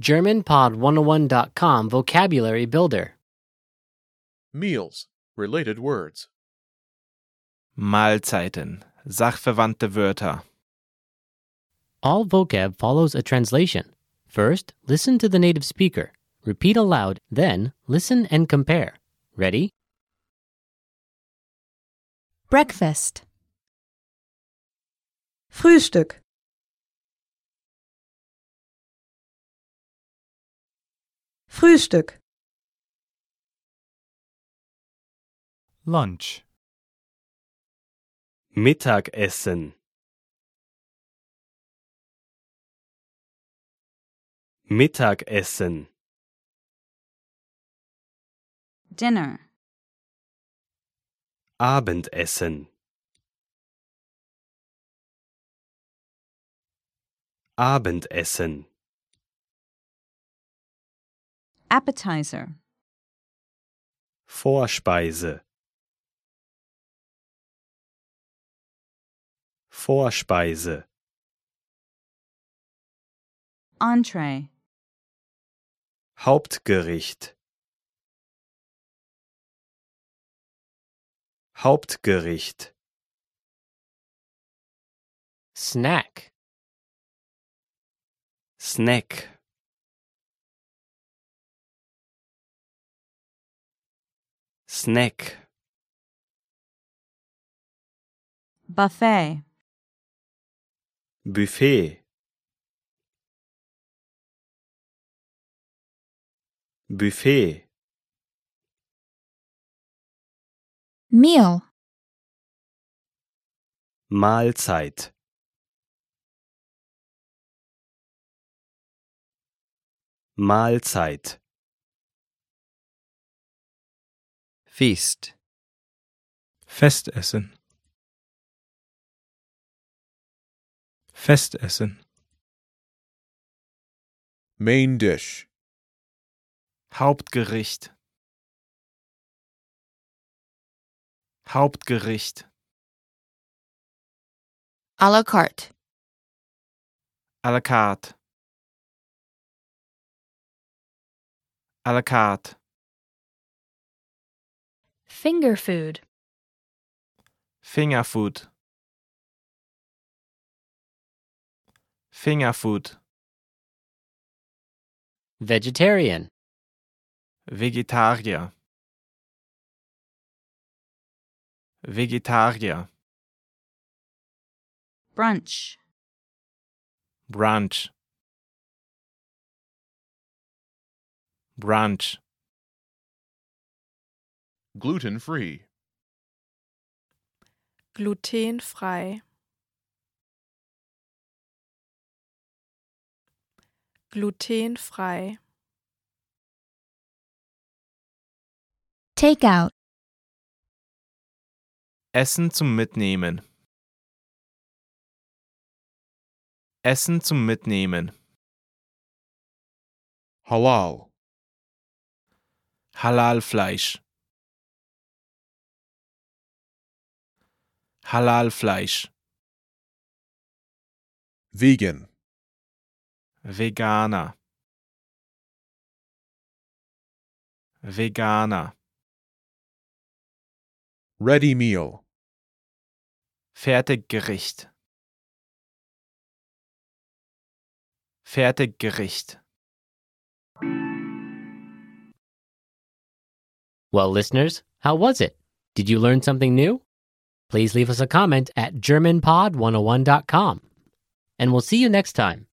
GermanPod101.com Vocabulary Builder. Meals. Related words. Mahlzeiten. Sachverwandte Wörter. All vocab follows a translation. First, listen to the native speaker. Repeat aloud, then, listen and compare. Ready? Breakfast. Frühstück. Frühstück. Lunch. Mittagessen. Mittagessen. dinner, Abendessen. Abendessen. appetizer, Vorspeise. Vorspeise. entree, Hauptgericht. Hauptgericht. Snack. Snack. Snack. buffet, Buffet. Buffet. Meal. Mahlzeit. Mahlzeit. Feast. Festessen. Festessen. Main dish. Hauptgericht. Hauptgericht. A la carte. À la carte. À la carte. Finger food. Fingerfood. Fingerfood. Vegetarian. Vegetarier. Vegetarier. brunch, Brunch. Brunch. Gluten free. Glutenfrei. Glutenfrei. Takeout. Essen zum Mitnehmen. Essen zum Mitnehmen. Halal. Halalfleisch. Halalfleisch. Vegan. Veganer. Veganer. Ready meal. Fertiggericht. Fertiggericht. Well, listeners, how was it? Did you learn something new? oh Please leave us a comment at GermanPod101.com. And we'll see you next time.